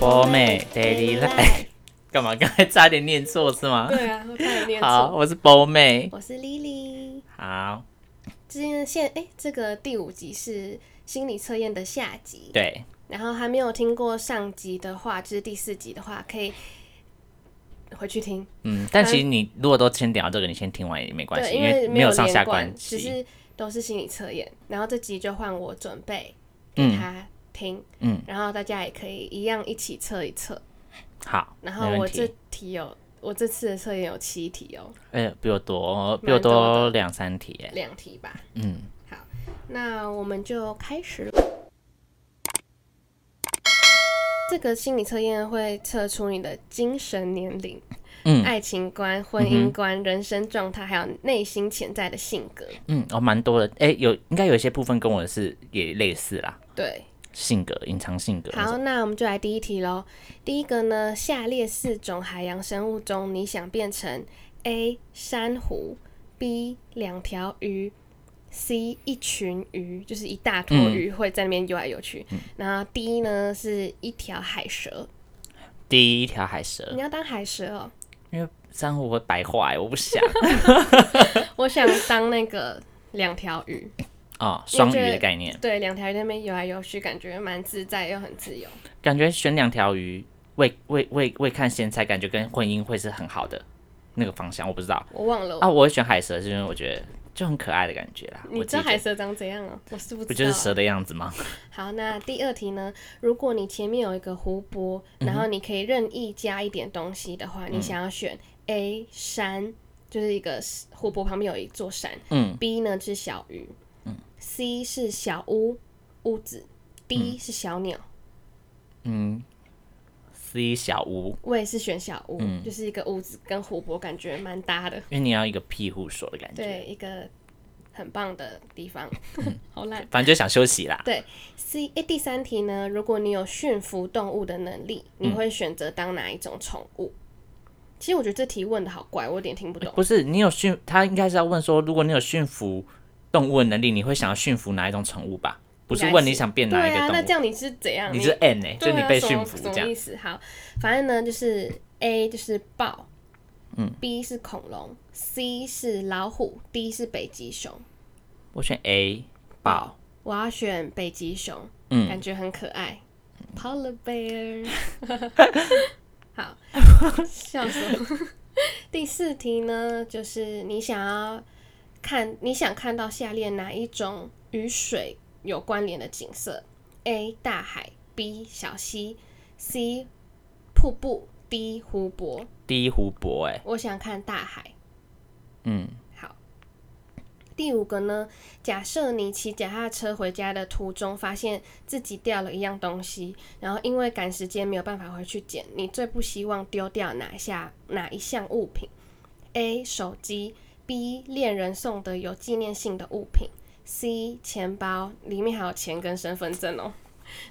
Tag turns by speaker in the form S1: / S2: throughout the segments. S1: 欧美 daily life。干嘛？刚 才差点念错是吗？
S2: 对啊，我差点念
S1: 好，
S2: 错。
S1: 我是波妹。
S2: 我是 Lily，
S1: 好，
S2: 今天现哎、这个第五集是心理测验的下集。
S1: 对，
S2: 然后还没有听过上集的话，就是第四集的话，可以回去听。
S1: 嗯，但其实你如果都先聊这个，你先听完也没关
S2: 对，
S1: 系，
S2: 因
S1: 为没
S2: 没有
S1: 上下
S2: 连贯
S1: 关
S2: 只
S1: 系。
S2: 是都是心理测验。然后这集就换我准备给
S1: 嗯，
S2: 他听，
S1: 嗯，
S2: 然后大家也可以一样一起测一测。
S1: 好，
S2: 然后
S1: 没
S2: 我
S1: 问
S2: 这
S1: 题。
S2: 题有，我这次的测验有七题哦，
S1: 呃，比我多，比
S2: 蛮
S1: 我
S2: 多
S1: 多
S2: 的
S1: 两三题耶。
S2: 两题吧。
S1: 嗯，
S2: 那我们就开始了。这个心理测验会测出你的精神年龄、
S1: 嗯
S2: 爱情观、婚姻观、人生状态，还有内心潜在的性格。
S1: 嗯，哦，蛮多的。哎、有应该有一些部分跟我是也类似啦，
S2: 对，
S1: 性格、隐藏性格那
S2: 好，
S1: 种。
S2: 那我们就来第一题喽。第一个呢，下列四种海洋生物中，你想变成 A 珊瑚，B 两条鱼，C 一群鱼，就是一大坨
S1: 嗯
S2: 鱼会在那边游来游去。然后 D 呢是一条海蛇，
S1: 第一条海蛇
S2: 你，要当海蛇哦。
S1: 因为珊瑚会白化、欸，我 不想。
S2: 我想当那个两条鱼，
S1: 哦，
S2: 因为
S1: 双
S2: 觉
S1: 鱼的
S2: 得
S1: 概念，
S2: 对，两条鱼在那边游来游去，感觉蛮自在又很自由。
S1: 感觉选两条鱼喂喂喂喂看咸菜，感觉跟婚姻会是很好的那个方向。我不知道
S2: 我忘了，
S1: 啊，我会选海蛇是因为我觉得就很可爱的感觉啦。
S2: 你
S1: 我
S2: 知
S1: 自
S2: 道
S1: 己
S2: 海
S1: 觉得
S2: 蛇长怎样啊？我是不知道、啊。
S1: 不就是蛇的样子吗？
S2: 好，那第二题呢？如果你前面有一个湖泊，然后你可以任意加一点东西的话，你想要选 A 山，就是一个湖泊旁边有一座山。
S1: 嗯
S2: ，B 呢是小鱼，c 是小屋屋子，D 是小鸟。
S1: 嗯，C 小屋，
S2: 我也是选小屋，就是一个屋子跟湖泊感觉蛮搭的，
S1: 因为你要一个庇护所的感觉，
S2: 对，一个很棒的地方， 好烂。
S1: 反正就想休息啦。
S2: 对，C 诶、第三题呢？如果你有驯服动物的能力，
S1: 嗯
S2: 你会选择当哪一种宠物？其实我觉得这题问的好怪，我有点听不懂。
S1: 不是你有驯，他应该是要问说，如果你有驯服动物的能力，你会想要驯服哪一种宠物吧？不是
S2: 应该
S1: 问
S2: 是
S1: 你想变
S2: 对
S1: 哪一个
S2: 啊，
S1: 动
S2: 那
S1: 物，
S2: 这样你是怎样？
S1: 你是 N 哎、
S2: 对
S1: 就
S2: 啊
S1: 你被
S2: 什
S1: 驯
S2: 么
S1: 服
S2: 什么
S1: 这样
S2: 意。思？好，反正呢就是 A 就是豹，嗯，B 是恐龙，C 是老虎，D 是北极熊。
S1: 我选 A 豹，
S2: 我要选北极熊，
S1: 嗯
S2: 感觉很可爱。Polar bear，好，笑死我。 第四题呢，就是你想要看，你想看到下列哪一种与水有关联的景色？A. 大海，B. 小溪，C. 瀑布，D. 湖泊。
S1: 第一湖泊哎、
S2: 我想看大海。
S1: 嗯，
S2: 好，第五个呢？假设你骑脚踏车回家的途中，发现自己掉了一样东西，然后因为赶时间没有办法回去捡，你最不希望丢掉哪下哪一项物品？A. 手机，B. 恋人送的有纪念性的物品，C. 钱包里面还有钱跟身份证哦。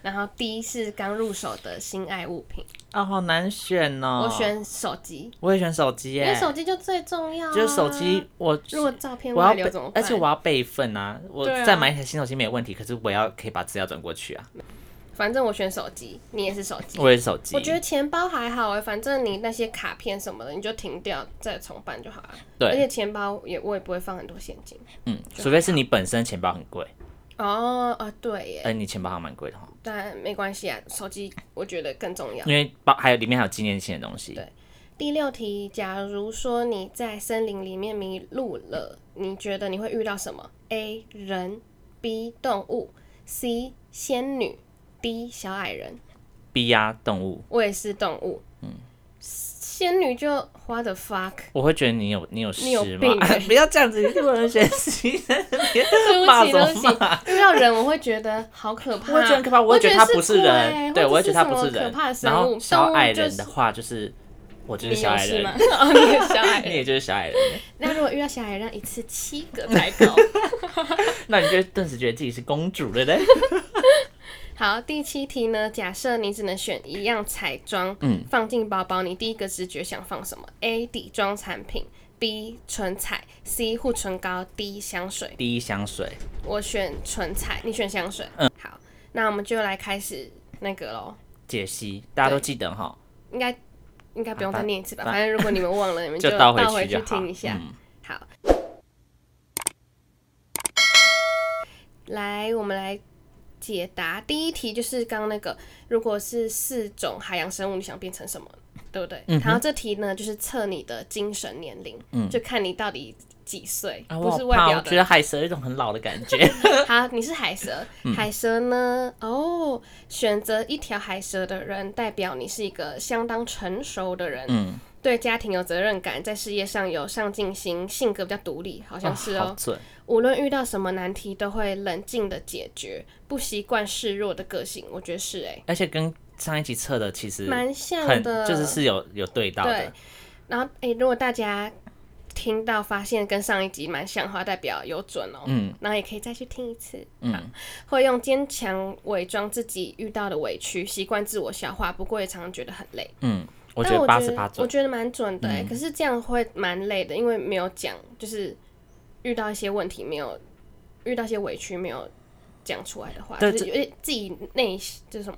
S2: 然后 D 是刚入手的心爱物品，
S1: 啊、好难选哦。
S2: 我，选手机，
S1: 我也选手
S2: 因
S1: 机耶、
S2: 为手机就最重要、啊。
S1: 就是手机，我
S2: 如果照片
S1: 我要
S2: 外
S1: 备
S2: 流怎么，办？
S1: 而且我要备份啊。我
S2: 对啊
S1: 再买一台新手机没有问题，可是我要可以把资料转过去啊。
S2: 反正我选手机，你也是手机。
S1: 我也是手机，
S2: 我觉得钱包还好哎、反正你那些卡片什么的，你就停掉再重办就好了。而
S1: 对，
S2: 且钱包也我也不会放很多现金。
S1: 嗯，除非是你本身钱包很贵，
S2: 哦啊，对耶，
S1: 哎，你钱包还蛮贵的哈，
S2: 但没关系啊，手机我觉得更重要。
S1: 因为包还有里面还有纪念性的东西
S2: 对。第六题，假如说你在森林里面迷路了，你觉得你会遇到什么？A 人，B 动物，C 仙女，D 小矮人。
S1: B 呀，动物，
S2: 我也是动物。嗯，仙女就 what the fuck，
S1: 我会觉得你有你有
S2: 你有
S1: 事
S2: 病
S1: 吗？
S2: 欸
S1: 不要这样子，你不能选 C，
S2: 对
S1: 骂
S2: 不起，
S1: 什么
S2: 对不起，遇到人我会觉得好可怕，
S1: 我会觉得很可怕，我会觉得它不是
S2: 我觉得是鬼
S1: 人，对，我会觉得它
S2: 或者
S1: 不
S2: 是
S1: 是
S2: 什么可
S1: 人
S2: 怕的。生
S1: 然
S2: 物
S1: 后小矮
S2: 动物
S1: 人
S2: 就
S1: 的话就是，我就
S2: 你
S1: 是小
S2: 有
S1: 矮
S2: 事吗
S1: 人，？
S2: 哦，你也是小矮
S1: 你
S2: 人。
S1: 也就是小矮人，
S2: 那如果遇到小矮人，一次七个才 高。
S1: 那你就顿时觉得自己是公主，对不对？
S2: 好，第七题呢？假设你只能选一样彩妆，
S1: 嗯
S2: 放进包包，你第一个直觉想放什么？A. 底妆产品，B. 唇彩，C. 护唇膏，D. 香水。
S1: 第一香水，
S2: 我选唇彩，你选香水。嗯，好，那我们就来开始那个喽。
S1: 解析，大家都记得哈，
S2: 应该应该不用
S1: 啊
S2: 再
S1: 反
S2: 念一次吧，
S1: 反
S2: 反正如果你们忘了， 你们
S1: 就
S2: 倒
S1: 倒回去
S2: 去
S1: 就好
S2: 听一下。
S1: 嗯
S2: 好，来，我们来解答第一题，就是刚刚那个，如果是四种海洋生物，你想变成什么，对不对？
S1: 嗯哼
S2: 然后这题呢，就是测你的精神年龄，
S1: 嗯
S2: 就看你到底几岁，
S1: 啊，
S2: 不
S1: 我
S2: 是
S1: 好
S2: 外
S1: 怕
S2: 表
S1: 我
S2: 的
S1: 觉得海蛇有一种很老的感觉。
S2: 好，你是海蛇，
S1: 嗯
S2: 海蛇呢？哦，选择一条海蛇的人，代表你是一个相当成熟的人，
S1: 嗯，
S2: 对家庭有责任感，在事业上有上进心，性格比较独立，好像是
S1: 哦好
S2: 哦。
S1: 准。
S2: 无论遇到什么难题，都会冷静的解决，不习惯示弱的个性，我觉得是哎、
S1: 而且跟上一期测的其实
S2: 蛮像
S1: 很
S2: 的，
S1: 就是是有有对到
S2: 对
S1: 的，。
S2: 然后哎、如果大家听到发现跟上一集蛮像的话，代表有准哦。
S1: 嗯
S2: 然后也可以再去听一次。
S1: 嗯，
S2: 会用坚强伪装自己遇到的委屈，习惯自我消化，不过也常常觉得很累。
S1: 嗯，我觉
S2: 但
S1: 得
S2: 我
S1: 八
S2: 觉
S1: 十八
S2: 得我
S1: 准，嗯
S2: 觉得蛮准的、欸，可是这样会蛮累的，因为没有讲，就是遇到一些问题没有，遇到一些委屈没有讲出来的话，
S1: 对
S2: 就是有点自己内就是什么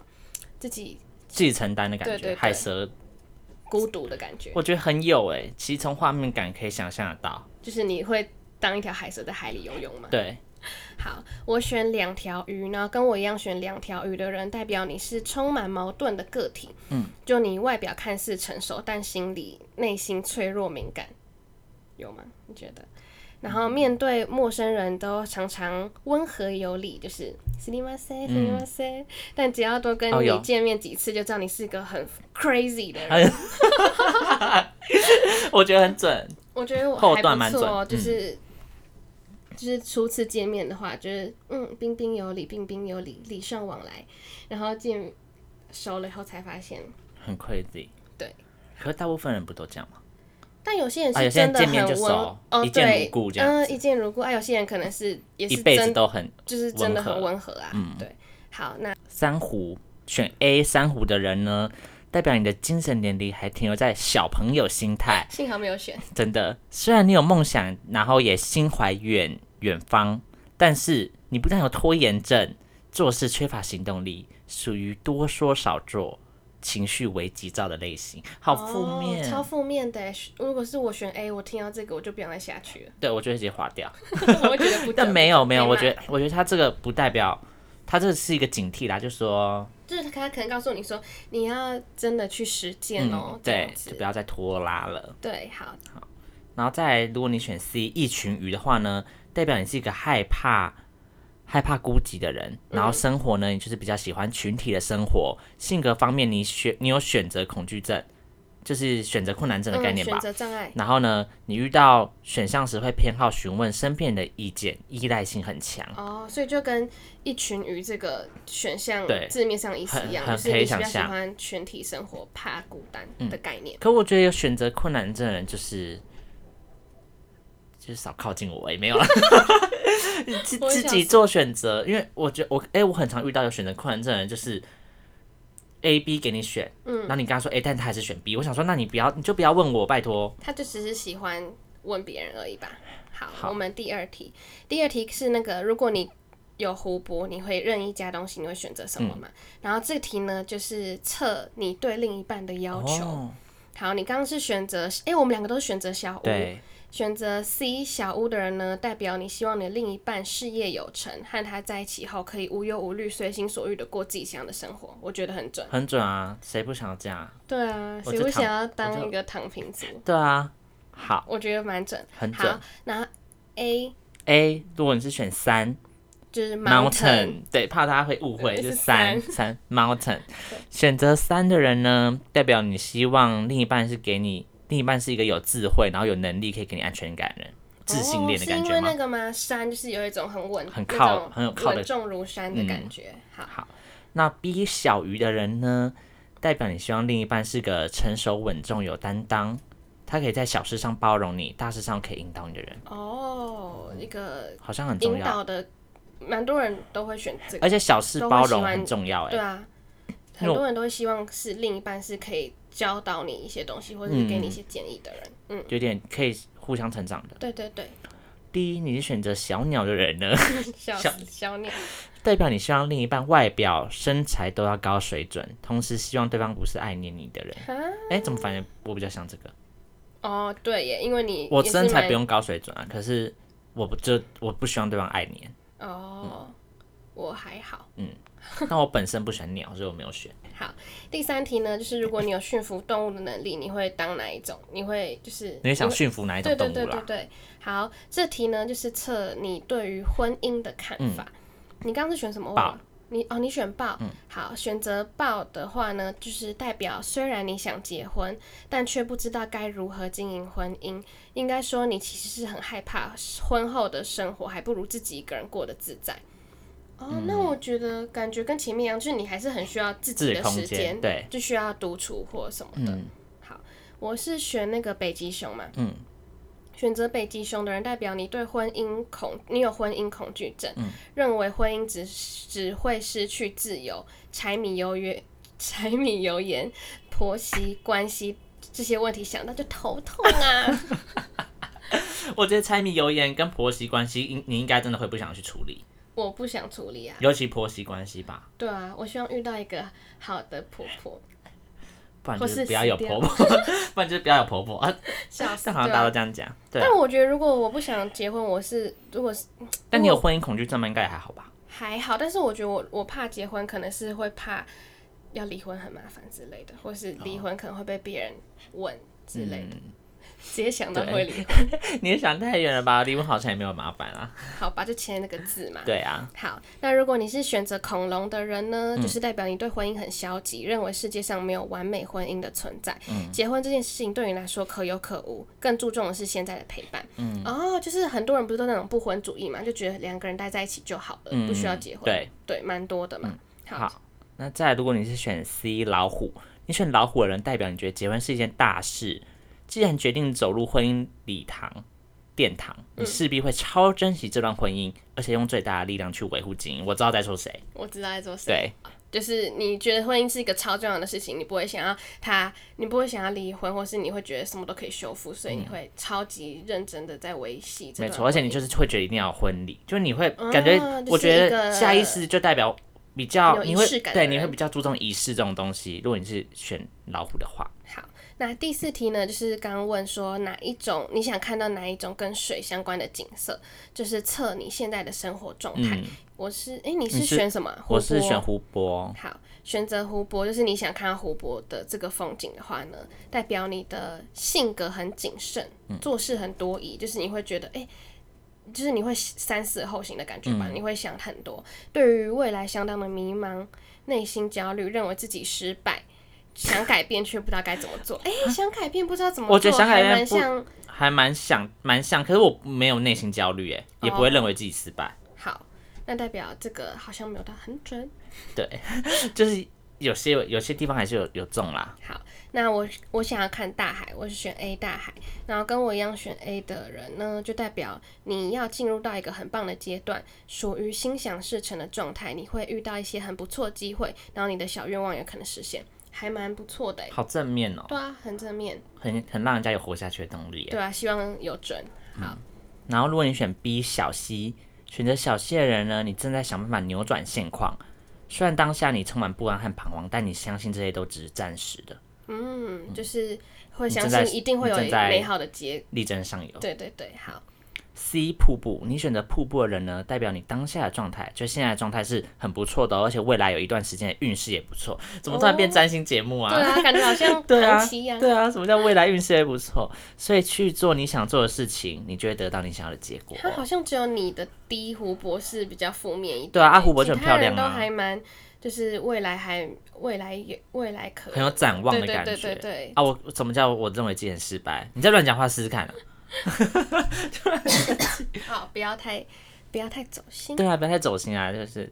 S2: 自己
S1: 自己承担的
S2: 对
S1: 感
S2: 对
S1: 觉。
S2: 对
S1: 海蛇
S2: 孤独的感觉，
S1: 我觉得很有哎、其实从画面感可以想象得到。
S2: 就是你会当一条海蛇在海里游泳嘛。
S1: 对，
S2: 好，我选两条鱼，然后跟我一样选两条鱼的人，代表你是充满矛盾的个体。
S1: 嗯，
S2: 就你外表看似成熟，但心里内心脆弱敏感，有吗？你觉得？然后面对陌生人都常常温和有礼，就是すみません、すみません。但只要多跟
S1: 嗯哦
S2: 你
S1: 有
S2: 见面几次，就知道你是个很 crazy 的人。
S1: 哎我觉得很准。
S2: 我觉得我
S1: 后
S2: 还
S1: 段
S2: 不
S1: 蛮
S2: 错哦，
S1: 准嗯
S2: 就是、就是初次见面的话，就是嗯，彬彬有礼，彬彬有礼，礼尚往来。然后见熟了以后才发现，
S1: 很 crazy。
S2: 对，
S1: 可是大部分人不都这样吗？
S2: 但有些人
S1: 啊
S2: 是
S1: 有些
S2: 真
S1: 人
S2: 的
S1: 见
S2: 很
S1: 面就
S2: 温、
S1: 熟
S2: 哦，
S1: 一见
S2: 对
S1: 如故这样
S2: 嗯，一见如故。啊，有些人可能是也
S1: 一
S2: 是
S1: 辈子
S2: 真，
S1: 都很
S2: 就是真的
S1: 温和嗯
S2: 很温和啊。对，好，那
S1: 珊瑚。选 A 珊瑚的人呢，代表你的精神年龄还停留在小朋友心 态，
S2: 幸好没有选，
S1: 真的。虽然你有梦想，然后也心怀远远方，但是你不但有拖延症，做事缺乏行动力，属于多说少做、情绪为急躁的类型，好负
S2: 哦，
S1: 面。
S2: 超负面的欸。如果是我选 A，我听到这个我就不想再下去 了，
S1: 对，我就会直接划掉。
S2: 我会觉得不
S1: 但
S2: 准
S1: 没有没有，
S2: 被
S1: 我
S2: 骂
S1: 觉得我觉得他这个不代表，他这是一个警惕啦，就说
S2: 就是他可能告诉你说，你要真的去实践哦，
S1: 嗯，
S2: 这样
S1: 对，
S2: 子
S1: 就不要再拖拉了。
S2: 对，好，
S1: 然后再来，如果你选 C 一群鱼的话呢，代表你是一个害怕害怕孤寂的人。
S2: 嗯
S1: 然后生活呢，你就是比较喜欢群体的生活。性格方面，你选你有选择恐惧症，就是选择困难症的概
S2: 嗯，
S1: 念吧
S2: 选。择障碍，
S1: 然后呢，你遇到选项时会偏好询问身边人的意见，依赖性很强。
S2: 哦，所以就跟一群鱼这个选项
S1: 对
S2: 字面上意思一样，
S1: 很
S2: 就
S1: 很嗯
S2: 是
S1: 可
S2: 你
S1: 以
S2: 比较
S1: 想
S2: 喜
S1: 象
S2: 欢群体生活，怕孤单的概念。
S1: 可我觉得有选择困难症的人就是就是少靠近我，也没 有了。自
S2: 我也
S1: 自
S2: 想
S1: 己做选择，因为我觉得我哎、我很常遇到有选择困难症的人，就是 A、B 给你选，嗯，然后你跟他说哎、但他还是选 B，我想说那你不要，你就不要问我，拜托。
S2: 他就只是喜欢问别人而已吧。好，
S1: 好
S2: 我们第二题，第二题是那个，如果你有湖泊，你会任意加东西，你会选择什
S1: 嗯
S2: 么嘛？然后这题呢，就是测你对另一半的要求。
S1: 哦，
S2: 好，你刚刚是选择，哎、我们两个都是选择小屋。
S1: 对，
S2: 选择 C 小屋的人呢，代表你希望你的另一半事业有成，和他在一起后可以无忧无虑、随心所欲的过自己想要的生活，我觉得很准。
S1: 很准啊，谁不想要这样啊？
S2: 对啊，
S1: 我
S2: 谁
S1: 就
S2: 不
S1: 躺
S2: 想要
S1: 我
S2: 当
S1: 就
S2: 一个躺平族？
S1: 对啊，好，
S2: 我觉得蛮准。
S1: 很
S2: 好
S1: 准。，
S2: 然后 A
S1: A，如果你是选三，
S2: 就是 mountain，
S1: mountain，对，怕大家会误会，
S2: 对
S1: 就是是三三 mountain。选择三的人呢，代表你希望另一半是给你，另一半是一个有智慧，然后有能力可以给你安全感的人，自信恋的感
S2: 哦、是
S1: 觉
S2: 因为
S1: 吗？
S2: 那个吗？山就是有一种很稳、
S1: 很靠
S2: 那种
S1: 很有靠的嗯
S2: 稳重如山的感觉。好，
S1: 好，那 B 小鱼的人呢，代表你希望另一半是个成熟稳重、有担当，他可以在小事上包容你，大事上可以引导你的人，
S2: 哦，一个
S1: 好像很重
S2: 引
S1: 要。
S2: 导的，蛮多人都会选这个，
S1: 而且小事
S2: 都会
S1: 包
S2: 喜
S1: 容
S2: 欢
S1: 很重要、欸，
S2: 对啊，
S1: 因为
S2: 很
S1: 我
S2: 多人都会希望是另一半是可以教导你一些东西，或者是给你一些建议的人。嗯，
S1: 有点可以互相成长的。
S2: 对对对，
S1: D，你是选择小鸟的人呢？
S2: 小
S1: 小
S2: 小鸟，
S1: 代表你希望另一半外表、身材都要高水准，同时希望对方不是爱念你的人。
S2: 啊，
S1: 哎，怎么反正我比较像这个？
S2: 哦，对耶，因为你
S1: 我
S2: 也是
S1: 身材
S2: 蛮
S1: 不用高水准啊，可是我不就我不希望对方爱 你，
S2: 哦，我还好。
S1: 但我本身不喜欢鸟，所以我没有选。
S2: 第三题呢，就是如果你有驯服动物的能力，你会当哪一种？你会就是
S1: 你会想
S2: 会
S1: 驯服哪一
S2: 对
S1: 种
S2: 对对
S1: 动物啊
S2: 对
S1: 啦？
S2: 对。好，这题呢就是测你对于婚姻的看法。
S1: 嗯
S2: 你刚刚是选什么？我忘了你哦，你选豹。好，选择豹的话呢，就是代表虽然你想结婚，但却不知道该如何经营婚姻。应该说，你其实是很害怕婚后的生活，还不如自己一个人过得自在。哦，
S1: 嗯
S2: 那我觉得感觉跟前面一样，就是你还是很需要自
S1: 自
S2: 己
S1: 己
S2: 的
S1: 空
S2: 时
S1: 间，对，
S2: 就需要独处或什么的。好，我是选那个北极熊嘛。
S1: 嗯。
S2: 选择北极熊的人，代表你对婚姻恐，你有婚姻恐惧症，认为婚姻只只会失去自由，柴米油盐、柴米油盐、婆媳关系这些问题想到就头痛啊。
S1: 我觉得柴米油盐跟婆媳关系，应你应该真的会不想去处理，
S2: 我不想处理啊。
S1: 尤其婆媳关系吧，
S2: 对啊，我希望遇到一个好的婆婆，
S1: 不然就
S2: 或是
S1: 是不要有
S2: 死掉
S1: 婆婆， 不然就是不要有婆婆啊。
S2: 笑死。
S1: 但好像
S2: 对
S1: 大家
S2: 啊
S1: 都这样讲，对啊。
S2: 但我觉得，如果我不想结婚，我是如果是
S1: 但你有婚姻恐惧症吗？应该也还好吧。
S2: 还好，但是我觉得我我怕结婚，可能是会怕要离婚很麻烦之类的，或是离婚可能会被别人问之类的，
S1: 嗯
S2: 直接想到会离婚，
S1: 你也想太远了吧？离婚好像也没有麻烦 啊。
S2: 好吧，就签那个字嘛。
S1: 对啊，
S2: 好，那如果你是选择恐龙的人呢，
S1: 嗯
S2: 就是代表你对婚姻很消极，认为世界上没有完美婚姻的存在。
S1: 嗯
S2: 结婚这件事情对你来说可有可无，更注重的是现在的陪伴。嗯，哦，就是很多人不是都那种不婚主义嘛，就觉得两个人待在一起就好了，
S1: 嗯
S2: 不需要结婚。
S1: 对，嗯
S2: 对，蛮多的嘛。好，
S1: 好。那再来，如果你是选 C 老虎，你选老虎的人，代表你觉得结婚是一件大事。既然决定走入婚姻礼堂、殿堂，
S2: 嗯
S1: 你势必会超珍惜这段婚姻，而且用最大的力量去维护经营。我知道在说谁，
S2: 我知道在做谁。
S1: 对，
S2: 就是你觉得婚姻是一个超重要的事情，你不会想要他，你不会想要离婚，或是你会觉得什么都可以修复，所以你会超级认真的在维系这
S1: 没
S2: 段
S1: 错。而且
S2: 婚
S1: 你
S2: 姻
S1: 就是会觉得一定要有婚礼，就是你会感觉，
S2: 哦就是
S1: 我觉
S2: 一个
S1: 得下意识就代表比较
S2: 有仪
S1: 你会
S2: 式感的
S1: 对
S2: 人
S1: 你会比较注重仪式这种东西。如果你是选老虎的话，
S2: 好。那第四题呢，就是刚刚问说哪一种你想看到哪一种跟水相关的景色，就是测你现在的生活状态。
S1: 嗯，
S2: 我是哎、你是
S1: 你是
S2: 选什么啊？
S1: 我是
S2: 湖泊
S1: 选湖泊，
S2: 好，选择湖泊就是你想看到湖泊的这个风景的话呢，代表你的性格很谨慎，
S1: 嗯
S2: 做事很多疑，就是你会觉得，哎、就是你会三思而后行的感觉吧，
S1: 嗯
S2: 你会想很多，对于未来相当的迷茫，内心焦虑，认为自己失败。想改变却不知道该怎么做，哎、想改变不知道怎么做，
S1: 我觉得想改变
S2: 还蛮
S1: 不
S2: 像
S1: 还蛮想蛮像，可是我没有内心焦虑，哎，也不会认为自己失败，
S2: 好，那代表这个好像没有到很准，
S1: 就是有些有些地方还是有有中啦。
S2: 好，那我我想要看大海，我是选 A 大海。然后跟我一样选 A 的人呢，就代表你要进入到一个很棒的阶段，属于心想事成的状态。你会遇到一些很不错的机会，然后你的小愿望也可能实现，还蛮不错的欸。
S1: 好正面哦，
S2: 对啊，很正面。
S1: 很很让人家有活下去的动力耶。
S2: 对啊，希望有准。好，
S1: 然后如果你选 B 小溪，选择小溪的人呢，你正在想办法扭转现况。虽然当下你充满不安和彷徨，但你相信这些都只是暂时的，
S2: 嗯，就是会
S1: 你
S2: 相
S1: 正在
S2: 信一定会有
S1: 你正在
S2: 美好的结。
S1: 力争上游。
S2: 对对对，好，
S1: C 瀑布，你选择瀑布的人呢，代表你当下的状态，就现在的状态是很不错的哦、而且未来有一段时间的运势也不错。怎么突然变占星节目啊？
S2: 对啊，感觉好像
S1: 对啊
S2: 同期一嗯样。
S1: 对啊，什么叫未来运势也不错？所以去做你想做的事情，你就会得到你想要的结果。
S2: 它好像只有你的第一湖泊是比较负面一点，
S1: 对啊啊湖泊就很
S2: 其他人
S1: 漂亮啊
S2: 都还蛮就是未来还未来也未来可
S1: 很有展望的
S2: 对对
S1: 感觉。
S2: 对对对，
S1: 啊，我我怎么叫我认为自己很失败？你再乱讲话试试看啊！
S2: 好，不要太不要太走心。
S1: 对啊，不要太走心啊，就是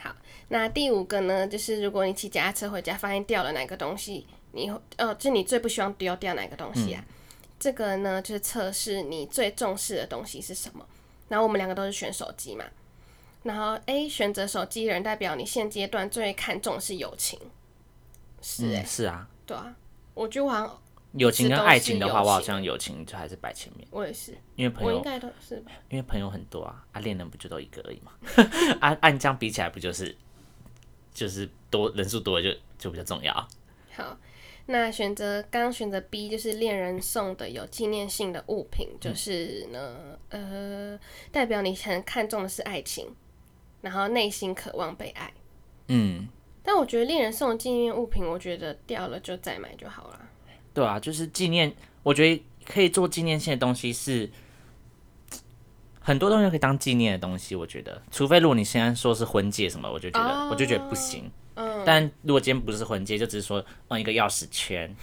S2: 好，那第五个呢，就是如果你骑脚踏车回家发现掉了哪个东西，你哦，就你最不希望丢掉哪个东西
S1: 嗯
S2: 啊？这个呢，就是测试你最重视的东西是什么。然后我们两个都是选手机嘛，然后 A 选择手机的人代表你现阶段最看重的是友情，是哎、
S1: 嗯，是啊，
S2: 对啊，我觉得我好像
S1: 友情跟爱情的话，
S2: 是都是友情
S1: 我好像友情就还是摆前面，
S2: 我也是，
S1: 因为朋
S2: 我应
S1: 友
S2: 该都是吧。
S1: 因为朋友很多啊，啊恋人不就都一个而已嘛， 啊按按这样比起来，不就是就是多人数多就就比较重要啊。
S2: 好，那选择刚刚选择 B 就是恋人送的有纪念性的物品，就是呢，呃，代表你很看重的是爱情，然后内心渴望被爱。
S1: 嗯，
S2: 但我觉得恋人送的纪念物品，我觉得掉了就再买就好了。
S1: 对啊，就是纪念，我觉得可以做纪念性的东西是很多东西都可以当纪念的东西，我觉得，除非如果你现在说是婚戒什么，我就觉得、我就觉得不行。
S2: 嗯，
S1: 但如果今天不是婚戒，就只是说放一个钥匙 圈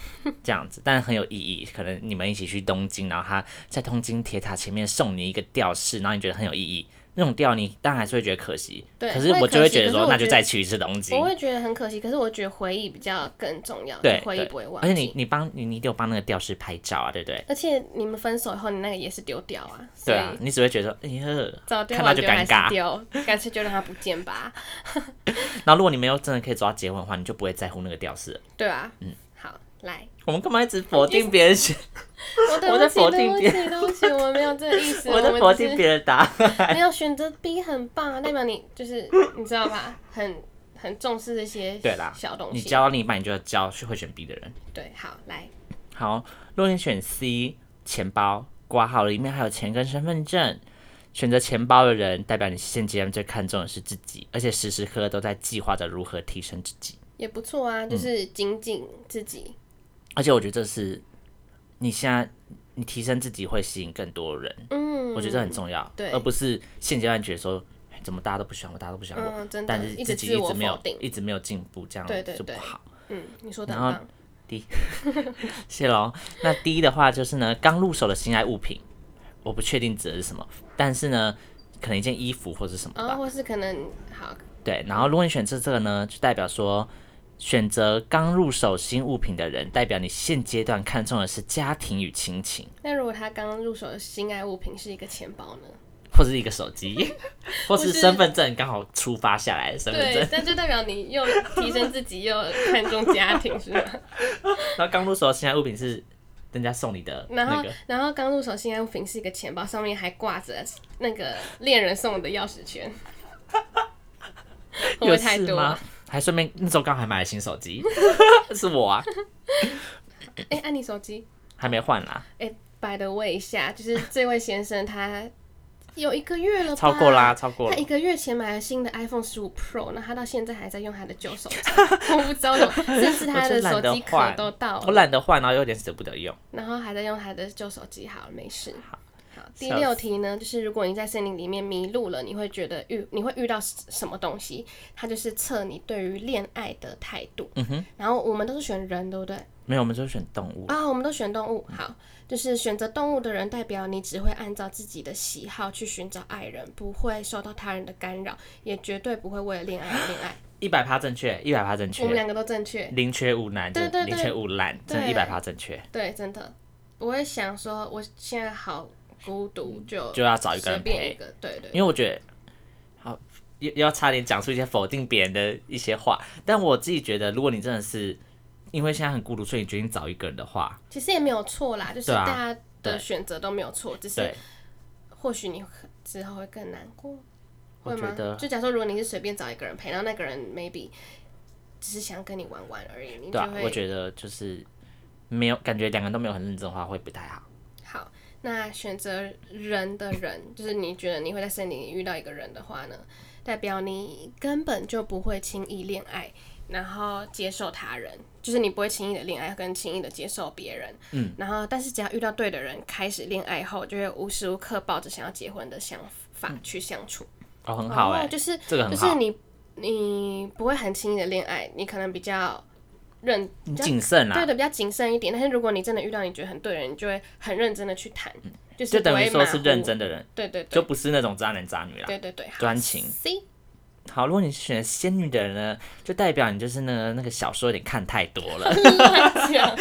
S1: 这样子，但很有意义。可能你们一起去东京，然后他在东京铁塔前面送你一个吊饰，然后你觉得很有意义，那种吊你当然还是会觉得可惜。
S2: 对
S1: 可是我
S2: 会可
S1: 就会
S2: 惜
S1: 觉得
S2: 可是
S1: 说，
S2: 我
S1: 那
S2: 觉
S1: 就
S2: 得
S1: 再去一次东京
S2: 我。会觉得很可惜，可是我觉得回忆比较更重要，
S1: 嗯对
S2: 就，回忆
S1: 对
S2: 不会忘
S1: 而
S2: 记。
S1: 且你你帮你你得有帮那个吊饰拍照啊，对不对？
S2: 而且你们分手以后，你那个也是丢掉啊，所
S1: 对
S2: 以
S1: 啊，你只会觉得说哎呀，
S2: 早丢
S1: 看到
S2: 晚
S1: 就
S2: 丢还
S1: 尴
S2: 是
S1: 尬。
S2: 丢， 干脆就让它不见吧。
S1: 然后如果你没有真的可以走到结婚的话，你就不会在乎那个吊饰了。
S2: 对啊，嗯，好，来，
S1: 我们干嘛一直否定别人选？
S2: 我哦对
S1: 我
S2: 不
S1: 在
S2: 起，
S1: 否
S2: 对
S1: 定
S2: 不
S1: 别
S2: 起，对不起，我们没有这个意思，
S1: 我在
S2: 们
S1: 否
S2: 只
S1: 定
S2: 是
S1: 别人答案。
S2: 没有选择 B 很棒啊，代表你就是你知道吧，很很重视这些
S1: 对啦
S2: 小东
S1: 你
S2: 西。
S1: 交到另一半，你就要交去会选 B 的人。
S2: 对，好，来，
S1: 好，如果你选 C，钱包挂号里面还有钱跟身份证。选择钱包的人，代表你现阶段最看重的是自己，而且时时刻刻都在计划着如何提升自己。
S2: 也不错啊，
S1: 嗯
S2: 就是仅仅自己，
S1: 而且我觉得这是你现在你提升自己会吸引更多人，
S2: 嗯，
S1: 我觉得这很重要，
S2: 对
S1: 而不是现阶段觉得说哎怎么大家都不喜欢我，大家都不喜欢我，
S2: 嗯真的
S1: 但是
S2: 一直
S1: 自己
S2: 自
S1: 一
S2: 我
S1: 直没有
S2: 否定
S1: 一直没有进步，这样
S2: 对对
S1: 就不
S2: 对
S1: 好。
S2: 嗯，你说的很
S1: 然后
S2: 棒，
S1: 谢喽。那第一的话就是呢，刚入手的心爱物品，我不确定指的是什么，但是呢，可能一件衣服或是什么
S2: 然后
S1: 吧。
S2: 哦或是可能好，
S1: 对，然后如果你选择这个呢，就代表说。选择刚入手新物品的人，代表你现阶段看重的是家庭与亲情，
S2: 那如果他刚入手的心爱物品是一个钱包呢？
S1: 或是一个手 机，或
S2: 是
S1: 是身份证刚好触发下来的身份
S2: 对。，
S1: 证
S2: 那就代表你又提升自己，又看重家庭，是吗？
S1: 然后刚入手的心爱物品是人家送你的
S2: 然后
S1: 那个，，
S2: 然后刚入手心爱物品是一个钱包，上面还挂着那个恋人送的钥匙 圈，会不
S1: 有
S2: 会太
S1: 事
S2: 多
S1: 吗
S2: 啊？？
S1: 还顺便那时候刚好还买了新手 机，是我啊，
S2: 哎、按你手机，
S1: 还没换啦，
S2: 哎、by the way 一下，就是这位先生他有一个月了吧，
S1: 超过啦，。超过
S2: 他
S1: 了
S2: 一。个月前买了新的 iPhone 十五 Pro，那他到现在还在用他的旧手机，我不知道为什 么，甚至他
S1: 我
S2: 的
S1: 就
S2: 手
S1: 懒得
S2: 机壳
S1: 换
S2: 都到
S1: 我
S2: 了，
S1: 懒得换，啊然后有点舍不得用。
S2: 然后还在用他的旧手机，好，没事。
S1: 好
S2: 好，第
S1: 笑
S2: 六
S1: 死
S2: 题呢，就是如果你在森林里面迷路了，你会觉得遇你会遇到什什么东西？它就是测你对于恋爱的态度。
S1: 嗯哼，
S2: 然后我们都是选人，对不对？
S1: 没有，我们就选动物。
S2: 啊，我们都选动物。好，就是选择动物的人，代表你只会按照自己的喜好去寻找爱人，不会受到他人的干扰，也绝对不会为了恋爱而恋 爱。
S1: 一百趴正确，一百趴正
S2: 我们
S1: 确，
S2: 两个都正确，
S1: 零缺毋滥，就
S2: 对对对
S1: 零缺毋滥，真的
S2: 对
S1: 一百趴正确，
S2: 对，真的。我会想说，我现在好孤独，就
S1: 就要找一个
S2: 随
S1: 人
S2: 便一
S1: 陪。
S2: 个，对对
S1: 因为我觉得，好，又又要差点讲出一些否定别人的一些话，但我自己觉得，如果你真的是因为现在很孤独，所以你决定找一个人的话，
S2: 其实也没有错啦，就是
S1: 对啊
S2: 大家的
S1: 对
S2: 选择都没有错，只是
S1: 对，
S2: 或许你可之后会更难过，
S1: 我
S2: 会
S1: 觉
S2: 吗？
S1: 得
S2: 就假如说，如果你是随便找一个人陪，然后那个人 maybe 只是想跟你玩玩而已，你就
S1: 对啊，
S2: 会、
S1: 我觉得就是没有感觉两个人都没有很认真的话会不太好。
S2: 好。那选择人的人，就是你觉得你会在森林里遇到一个人的话呢，代表你根本就不会轻易恋爱，然后接受他人，就是你不会轻易的恋爱跟轻易的接受别人。嗯，然后但是只要遇到对的人，开始恋爱后，就会无时无刻抱着想要结婚的想法去相处。
S1: 哦，很嗯好哎、
S2: 哦就是
S1: 这个
S2: 就
S1: 很
S2: 是
S1: 好，
S2: 你你不会很轻易的恋爱，你可能比较认
S1: 你谨慎啊
S2: 对
S1: 啦，
S2: 的比较谨慎一点。但是如果你真的遇到你觉得很对的人，你就会很认真的去谈，就是
S1: 嗯就
S2: 不
S1: 等
S2: 会
S1: 于说
S2: 马
S1: 是
S2: 虎
S1: 认。真的人，
S2: 对对对
S1: 就不是那种渣男渣女啦。
S2: 对对对，好
S1: 专 情
S2: C
S1: 好，如果你选仙女的人呢，就代表你就是那个那个小说有点看太多 了。
S2: 乱讲，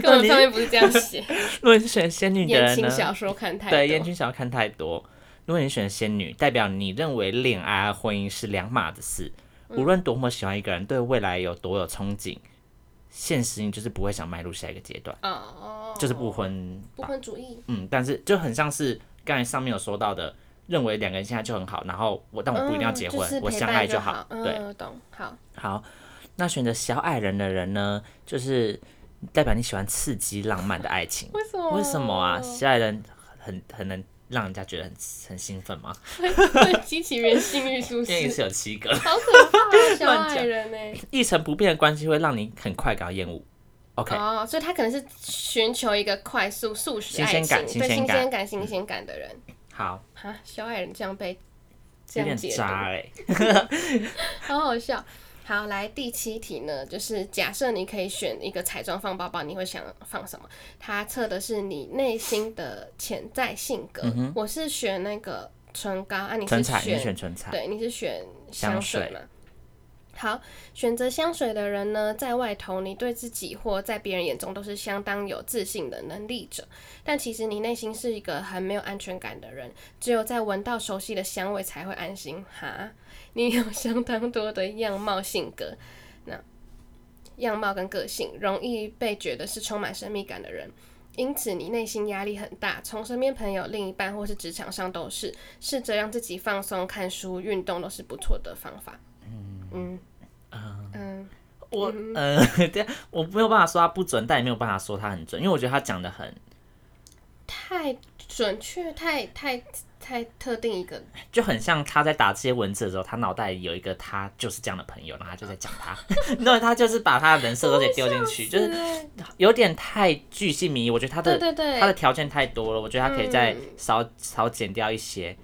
S2: 根本上面不是这样 写。
S1: 如果你选仙女的
S2: 言
S1: 人
S2: 情
S1: 呢，
S2: 小说看太
S1: 对
S2: 多
S1: 燕，君想要看太多。如果你选仙女，代表你认为恋爱啊
S2: 嗯
S1: 和婚姻是两码子事，无论多么喜欢一个人，对未来有多有憧憬，现实你就是不会想迈入下一个阶段，
S2: 哦，
S1: 就是不婚
S2: 不婚主义，
S1: 嗯，但是就很像是刚才上面有说到的，认为两个人现在就很好，然后我但我不一定要结婚，
S2: 嗯就是
S1: 我
S2: 陪
S1: 相
S2: 伴
S1: 爱
S2: 就
S1: 好。对，
S2: 嗯，懂，好，
S1: 好，那选择小矮人的人呢，就是代表你喜欢刺激浪漫的爱情。
S2: 为什么？
S1: 为什么啊？小矮人很很能让人家觉得很很兴奋吗？
S2: 会会 激起人性欲，是不
S1: 因为一
S2: 是？
S1: 次有七个，
S2: 好可怕、啊，小
S1: 乱讲
S2: 矮人呢、
S1: 一成不变的关系会让你很快感到厌恶。OK，
S2: 哦，所以他可能是寻求一个快速速食
S1: 新
S2: 爱
S1: 鲜
S2: 情，
S1: 感新
S2: 对
S1: 鲜
S2: 新
S1: 感嗯
S2: 鲜感、新鲜感的人
S1: 好，
S2: 啊，小矮人这样被这
S1: 有
S2: 样
S1: 点
S2: 解
S1: 渣
S2: 读，
S1: 哎、
S2: 好好笑。好，来第七题呢，就是假设你可以选一个彩妆放包包，你会想放什么？它测的是你内心的潜在性格。我是选那个唇膏啊，你是
S1: 嗯唇彩，你
S2: 选
S1: 选唇彩，
S2: 对，你是选
S1: 香
S2: 香
S1: 水
S2: 水嘛？好，选择香水的人呢，在外头你对自己或在别人眼中都是相当有自信的能力者，但其实你内心是一个很没有安全感的人，只有在闻到熟悉的香味才会安心。哈， 你有相当多的样貌、性格，那样貌跟个性容易被觉得是充满神秘感的人。因此，你内心压力很大，从身边朋友、另一半或是职场上都是。试着让自己放松、看书、运动都是不错的方法。嗯
S1: 啊
S2: 嗯
S1: 我呃， 对，我没有办法说他不准，但也没有办法说他很准，因为我觉得他讲的很
S2: 太准确，太太太特定一个，
S1: 就很像他在打这些文字的时候，他脑袋里有一个他就是这样的朋友，然后他就在讲 他，那他就是把他的人设都给丢进去，就是
S2: 对
S1: 有点太巨细迷，我觉得他的
S2: 对对嗯对，
S1: 他的条件太多了，我觉得他可以再少、少减掉一些，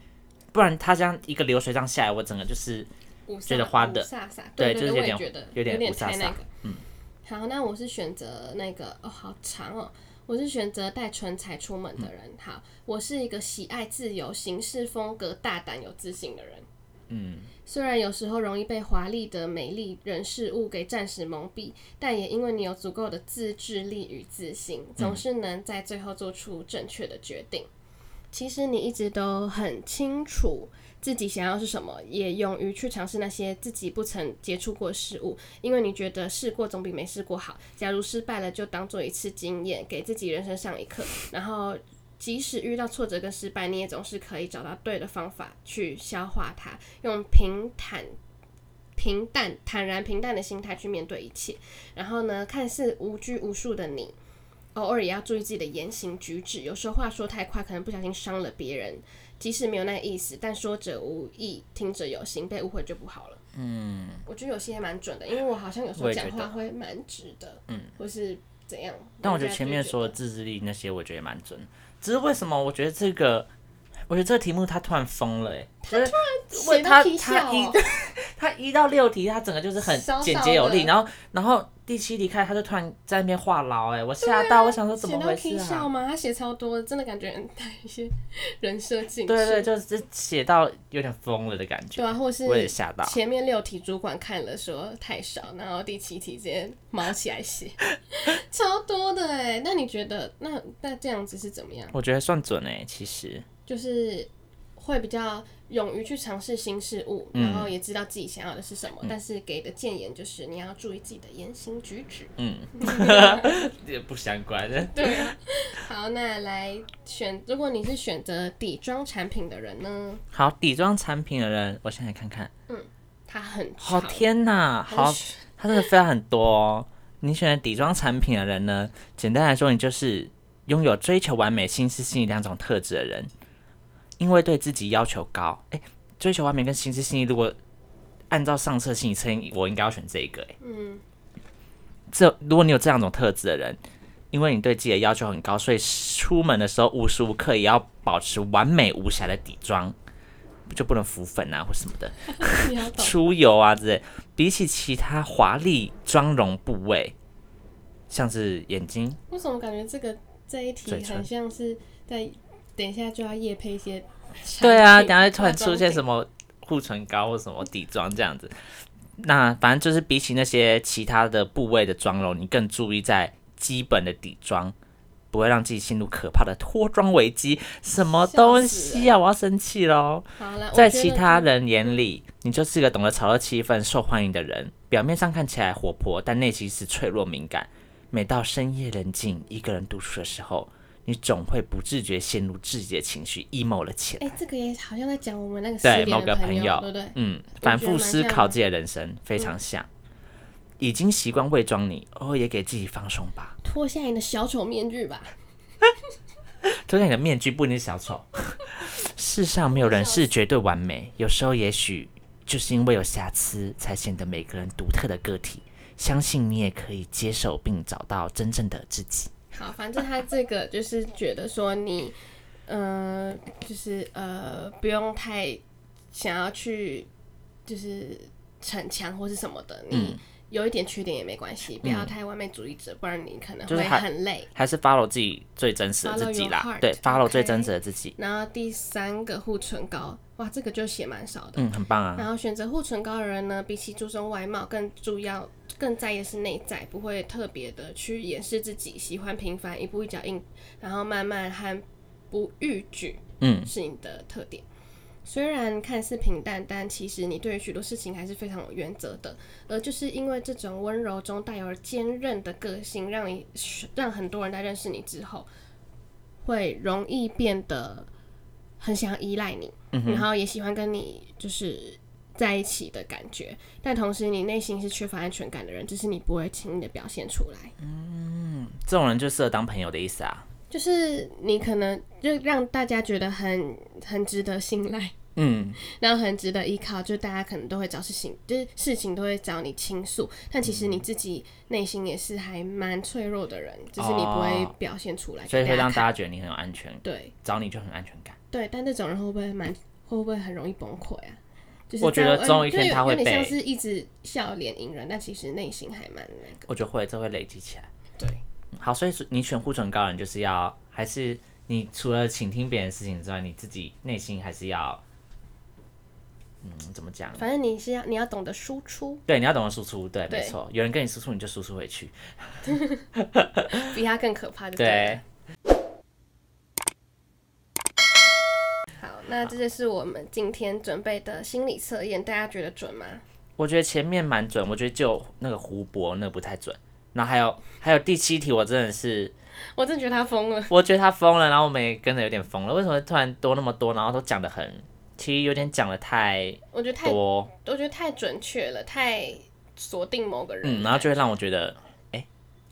S1: 不然他这样一个流水账下来，我整个就是
S2: 五
S1: 觉得花的
S2: 五飒飒，
S1: 对
S2: 对
S1: 就是有
S2: 我
S1: 点
S2: 也觉得
S1: 有点
S2: 点
S1: 五飒
S2: 太那
S1: 飒
S2: 个。嗯，好，那我是选择那个哦，好长哦。我是选择带唇彩出门的人。
S1: 嗯
S2: 好，我是一个喜爱自由、行事风格大胆、有自信的人。
S1: 嗯，
S2: 虽然有时候容易被华丽的美丽人事物给暂时蒙蔽，但也因为你有足够的自制力与自信，总
S1: 嗯
S2: 是能在最后做出正确的决定。其实你一直都很清楚自己想要是什么，也勇于去尝试那些自己不曾接触过的事物，因为你觉得试过总比没试过好。假如失败了，就当做一次经验，给自己人生上一课，然后。即使遇到挫折跟失败，你也总是可以找到对的方法去消化它，用平坦、平淡、坦然、平淡的心态去面对一切。然后呢，看似无拘无束的你，偶尔也要注意自己的言行举止。有时候话说太快，可能不小心伤了别人，即使没有那意思，但说者无意，听者有心，被误会就不好了。嗯，我觉得有些还蛮准的，因为我好像有时
S1: 我
S2: 候
S1: 也觉
S2: 讲话
S1: 得
S2: 会蛮直的，嗯，或是怎样。
S1: 但我
S2: 人家
S1: 觉得前
S2: 就
S1: 面说的自制力那些，我觉得也蛮准。只是为什么我觉得这个，我觉得这个题目他突然疯了、欸，哎，就是
S2: 谁
S1: 他
S2: 都踢
S1: 他
S2: 笑
S1: 一
S2: 哦
S1: 他一到六题，他整个就是很
S2: 稍稍
S1: 简洁有力，
S2: 的
S1: 然后然后第七题开始他就突然在那边话痨，哎，我吓到，我想说
S2: 啊
S1: 怎
S2: 写
S1: 么
S2: 到
S1: 回
S2: K
S1: 事
S2: 笑
S1: 啊？
S2: 吗？他写超多的，真的感觉很带一些人设进去。
S1: 对对，就是写到有点疯了的感觉
S2: 对，啊，或是
S1: 我也吓到。
S2: 前面六题主管看了说太少，然后第七题直接毛起来写， 超多的哎。那你觉得那那这样子是怎么样？
S1: 我觉得算准哎、其实
S2: 就是会比较勇于去尝试新事物，
S1: 嗯
S2: 然后也知道自己想要的是什么，但是给的建言就是你要注意自己的言行举止。
S1: 也不相关的。
S2: 对啊，好，那来选，如果你是选择底妆产品的人呢，
S1: 好，底妆产品的人，我现在看看。
S2: 它很
S1: 好
S2: 长
S1: 天哪，好，它真的非常很多、哦。你选的底妆产品的人呢，简单来说，你就是拥有追求完美、心思细腻两种特质的人，因为对自己要求高。哎、追求完美跟心思细腻，如果按照上册心理测验，我应该要选这一个、诶嗯，这如果你有这两种特质的人，因为你对自己的要求很高，所以出门的时候无时无刻也要保持完美无瑕的底妆，就不能浮粉啊或什么的。
S2: 你要 懂
S1: 出油啊之类。比起其他华丽妆容部位，像是眼睛，
S2: 为什么感觉这个这一题
S1: 嘴唇
S2: 很像是在等一下就要夜配一些产品？
S1: 对啊，等下突然出现
S2: 么？
S1: 什么护唇膏或什么底妆这样子。那反正就是比起那些其他的部位的妆容，你更注意在基本的底妆，不会让自己陷入可怕的脱妆危机。什么东西啊！我要生气喽！
S2: 好了，
S1: 在
S2: 我觉
S1: 其
S2: 得
S1: 他人眼里，你就是个懂得炒热气氛、受欢迎的人。表面上看起来活泼，但内心是脆弱敏感。每到深夜人静、一个人独处的时候，你总会不自觉陷入自己的情绪，emo 了起来。
S2: 哎、这个也好像在讲我们那个失
S1: 对
S2: 联
S1: 某
S2: 的
S1: 个
S2: 朋
S1: 友，
S2: 对不对？
S1: 嗯，
S2: 得
S1: 反复
S2: 蛮
S1: 思
S2: 像
S1: 考
S2: 的嗯
S1: 自己的人生，非常像。已经习惯伪装你，偶尔也给自己放松吧。
S2: 脱下你的小丑面具吧，
S1: 脱下你的面具，不一定是小丑。 世上没有人是绝对完美，有时候也许就是因为有瑕疵，才显得每个人独特的个体。相信你也可以接受并找到真正的自己。
S2: 好，反正他这个就是觉得说你，呃，就是呃，不用太想要去就是逞强或是什么的，
S1: 嗯
S2: 你有一点缺点也没关系，不要太完美主义者，不然你可能
S1: 就是
S2: 会
S1: 还
S2: 很累。
S1: 还是 follow 自己最真实的自
S2: Follow
S1: 己
S2: your
S1: 啦
S2: heart，，
S1: 对，follow
S2: OK
S1: 最真实的自己，
S2: 然后第三个护唇膏，哇，这个就写蛮少的。
S1: 嗯，很棒啊，
S2: 然后选择护唇膏的人呢，比起注重外貌，更重要、更在意的是内在，不会特别的去掩饰自己，喜欢平凡，一步一脚印，然后慢慢和不逾矩
S1: 嗯，
S2: 是你的特点。虽然看似平淡，但其实你对于许多事情还是非常有原则的。而就是因为这种温柔中带有坚韧的个性，让你让很多人在认识你之后，会容易变得很想依赖你，
S1: 嗯
S2: 然后也喜欢跟你就是在一起的感觉。但同时，你内心是缺乏安全感的人，只是你不会轻易的表现出来。
S1: 这种人就适合当朋友的意思啊，
S2: 就是你可能就让大家觉得很很值得信赖，
S1: 嗯，
S2: 然后很值得依靠，就大家可能都会找事情，就是事情都会找你倾诉，但其实你自己内心也是还蛮脆弱的人，只是你不会表现出来，
S1: 哦所以会
S2: 给
S1: 让
S2: 大
S1: 大
S2: 家
S1: 家觉得你很有安全
S2: 看对
S1: 找你就很安全感。
S2: 对，但这种人会不会蛮会不会很容易崩溃啊？就是
S1: 我觉得
S2: 这样
S1: 总有一天
S2: 就
S1: 他会
S2: 有点像
S1: 被
S2: 是一直笑脸迎人，但其实内心还蛮那个。
S1: 我觉得会，这会累积起来。
S2: 对
S1: 嗯，好，所以你选护唇膏，你就是要还是你除了倾听别人的事情之外，你自己内心还是要，嗯，怎么讲？
S2: 反正你是要你要懂得输出，
S1: 对，你要懂得输出，对，
S2: 对
S1: 没错。有人跟你输出，你就输出回去。
S2: 比他更可怕就对了
S1: 对，
S2: 好，那这就是我们今天准备的心理测验，大家觉得准吗？
S1: 我觉得前面蛮准，我觉得就那个湖泊那个不太准。然后还有还有第七题，我真的是，
S2: 我真的觉得他疯了。
S1: 我觉得他疯了，然后我们也跟着有点疯了。为什么突然多那么多，然后都讲的很，其实有点讲的太
S2: 我觉得太，我
S1: 多。
S2: 觉得太准确了，太锁定某个人，
S1: 嗯，然后就会让我觉得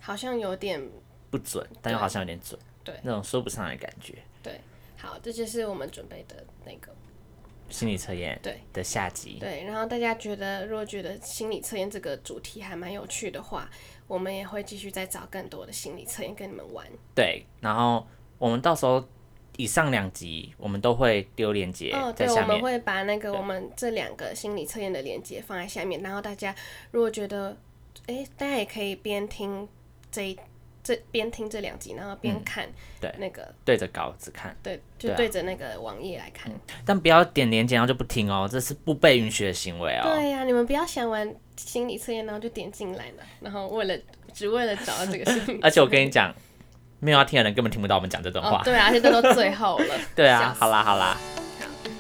S2: 好像有点
S1: 不准，但又好像有点准，
S2: 对
S1: 那种说不上来的感觉。
S2: 对。好，这就是我们准备的那个
S1: 嗯心理测验
S2: 对
S1: 的下集，
S2: 对。然后大家觉得，如果觉得心理测验这个主题还蛮有趣的话，我们也会继续再找更多的心理测验跟你们玩。
S1: 对，然后我们到时候以上两集我们都会丢链接
S2: 哦，
S1: 在
S2: 对，我
S1: 下
S2: 们
S1: 面，
S2: 会把那个我们这两个心理测验的链接放在下面，然后大家如果觉得，哎，大家也可以边听这一这边听这两集，然后边看
S1: 嗯对
S2: 那个、
S1: 对着稿子看，
S2: 对，就
S1: 对啊嗯
S2: 对着那个网页来看。
S1: 但不要点链接然后就不听哦，这是不被允许的行为哦。。
S2: 对呀、你们不要想玩心理测验，然后就点进来了，然后为了只为了找到这个心理
S1: 而且我跟你讲，没有要听的人根本听不到我们讲这段
S2: 哦
S1: 话，。
S2: 对啊，而且都到最后 了。
S1: 对
S2: 笑
S1: 啊，
S2: 死
S1: 好啦好啦，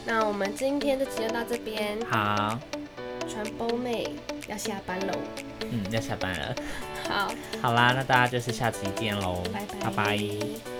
S2: 那我们今天这集就到这边，
S1: 好，
S2: 传播妹要下班喽。
S1: 嗯，要下班了，
S2: 好，
S1: 好啦，那大家就是下期见喽，
S2: 拜拜。
S1: 拜拜